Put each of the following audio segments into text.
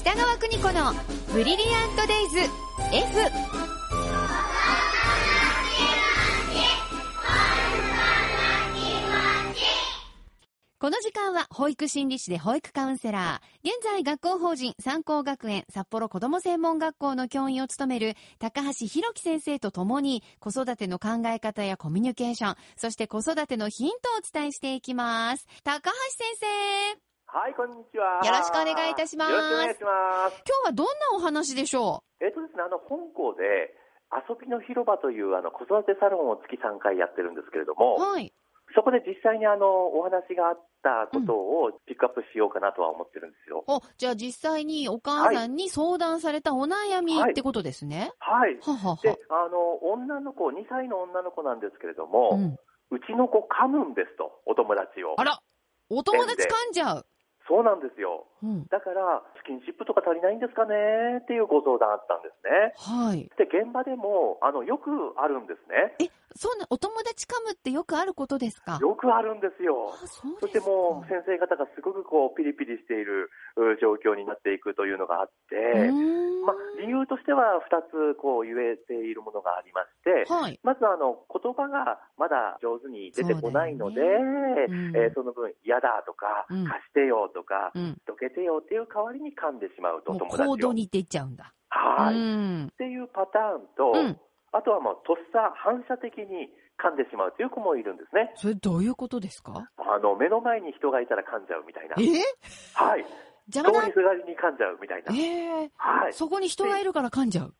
北川邦子のブリリアントデイズ F この時間は保育心理士で保育カウンセラー、現在学校法人三高学園札幌子ども専門学校の教員を務める高橋博樹先生と共に子育ての考え方やコミュニケーション、そして子育てのヒントをお伝えしていきます。高橋先生はい、こんにちは。よろしくお願いいたしますよろしくお願いします。今日はどんなお話でしょえっとですね、あの、本校で、遊びの広場というあの子育てサロンを月3回やってるんですけれどうも、はい。そこで実際にあのお話があったことをピックアップしようかなとは思ってるんですよ。お、じゃあ実際にお母さんに相談されたお悩みってことですね。はい。はははで、あの、女の子、2歳の女の子なんですけれどは。も、う。うんちの子噛むんですと、お友達をあ。ら、お友達噛んじゃう。そうなんですよ。うん。だから、スキンシップとか足りないんですかねっていうご相談あったんですね。はい。で、現場でも、あの、よくあるんですね。え、そんな、お友達噛むってよくあることですかよくあるんですよ。あ、そうそですしてか。もう先生方がすごくこうピリピリしているう状況になっていくというのがあって、ーんまあ、理由としては2つこう言えているものがありまして、はい。まずあの言葉がまだ上手に出てこないので、そうだよねうんえーその分嫌だとか、うん貸してよとか、うん。どけてよっていう代わりに噛んでしまうともう友達行動を。に出ちゃうんだ。はういっん。ていうパターンと、うん。あとはもうとっさ反射的に噛んでしまうという子もいるんですね。それどういうことですかあの目の前に人がいたら噛んじゃうみたいなえ。はい。邪通魔だり。すがりに噛んじゃうみたいな。ええはい。そこに人がいるから噛んじゃう。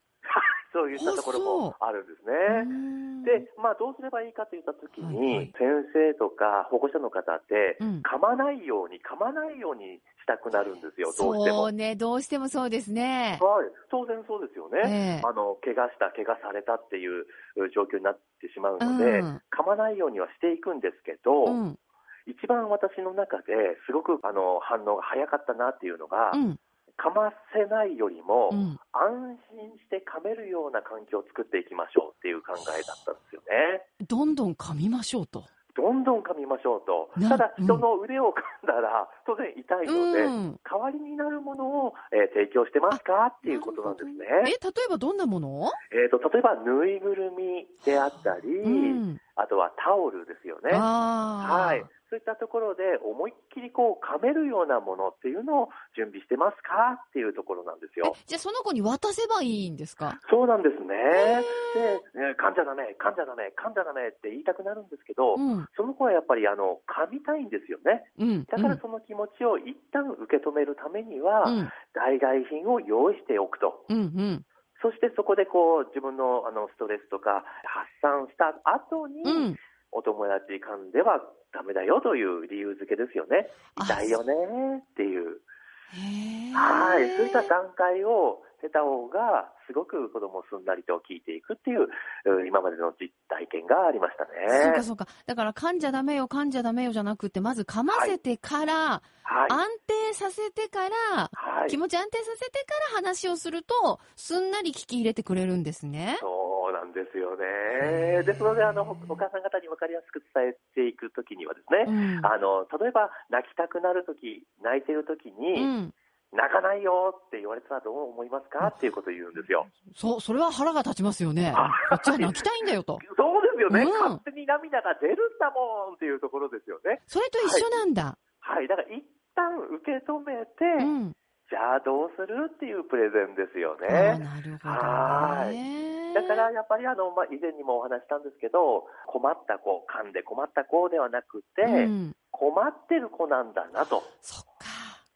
そういったところもあるんですね。で、で、まあどうすればいいかといったときに、はいはい先生とか保護者の方って、うん噛まないように、噛まないようにしたくなるんですよ、どうしても。そうね、どうしてもそうですね。はい。当然そうですよね。ええあの、怪我した、怪我されたっていうう状況になってしまうので、うん噛まないようにはしていくんですけど、うん。一番私の中ですごくあの反応が早かったなっていうのが、うん。噛ませないよりも、うん。安心して噛めるような環境を作っていきましょうっていう考えだったんですよね。どんどん噛みましょうと。どんどん噛みましょうと。なただうん人の腕を噛んだら当然痛いので、うん。代わりになるものを、えー提供してますかっていうことなんですえ、ね。例えばどんなものえー、と例えばぬいぐるみであったり、うん。あとはタオルですよね。ああ。はい。そういったところで思いっきりこう噛めるようなものっていうのを準備してますかっていうところなんですよえ。、じゃあその子に渡せばいいんですかそうなんですね。で、えー噛んじゃダメ、噛んじゃダメ、噛んじゃダメって言いたくなるんですけど、うん。その子はやっぱりあの噛みたいんですよね。うん。だからその気持ちを一旦受け止めるためには、うん。代替品を用意しておくと。うん。うん。そしてそこでこう自分のあのストレスとか発散した後に、うん。うんお友達噛んではダメだよという理由付けですよね。痛いよ。ねっていう。あへえ。はい、そういった段階を経た方が、すごく子供をすんなりと聞いていくっていう、うん今までの実体験がありましたそうかね。そうか。だから噛んじゃダメよ、噛んじゃダメよじゃなくて、まず噛ませてから、はい。安定させてから、はい気。持ち安定させてから話をすると、すんなり聞き入れてくれるんですね。そうなんですよへーね。ですので、あの、おお母さん方に分かりやすく伝えていくときにはですね、うん。あの、例えば、泣きたくなるとき、泣いてるときうに、ん。泣かないよって言われたらどう思いますかっていうことを言うんですよ。そう、それは腹が立ちますよね。あこっちは泣きたいんだよと。そうですよね。うん勝手に涙が出るんだもんっていうところですよね。それと一緒なんだ。はい。だから、一旦受け止めうて、ん。じゃあどうするっていうプレゼンですよああ、ね。なるほはどね。だから、やっぱりあの、まあ、以前にもお話ししたんですけど、困った子、噛んで困った子ではなくて、うん。困ってる子なんだなと。そっか。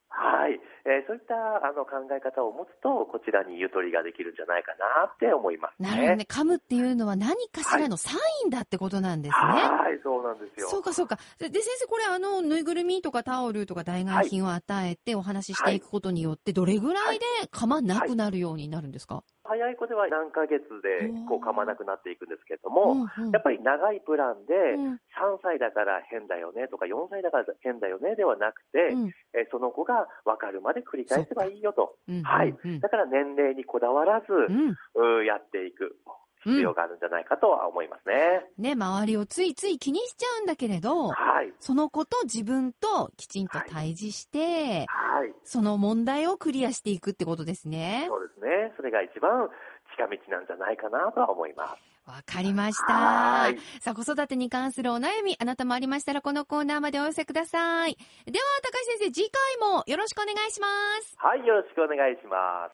はい。えーそういったあの考え方を持つと、こちらにゆとりができるんじゃないかなって思いますね。なるほどね。噛むっていうのは何かしらのサインだってことなんですね。はい、そうなんですよ。そうかそうか。で、で先生、これあの、ぬいぐるみとかタオルとか代替品を与えてお話ししていくことによって、どれぐらいで噛まなくなるようになるんですか、早い子では何ヶ月でこうおー噛まなくなっていくんですけれども、うんうんやっぱり長いプランで、うん3歳だから変だよねとか、4歳だから変だよねではなくて、うんえーその子が分かるまで繰り返せばいいよと。うんはいうんだから年齢にこだわらず、うんうーやっていく。必要があるんじゃないかとは思いますね。ね、周りをついつい気にしちゃうんだけれど、はい。その子と自分ときちんと対峙して、はい。その問題をクリアしていくってことですね。そうですね。それが一番近道なんじゃないかなとは思います。わかりましはたーい。さあ、子育てに関するお悩み、あなたもありましたら、このコーナーまでお寄せください。では、高橋先生、次回もよろしくお願いします。はい。よろしくお願いします。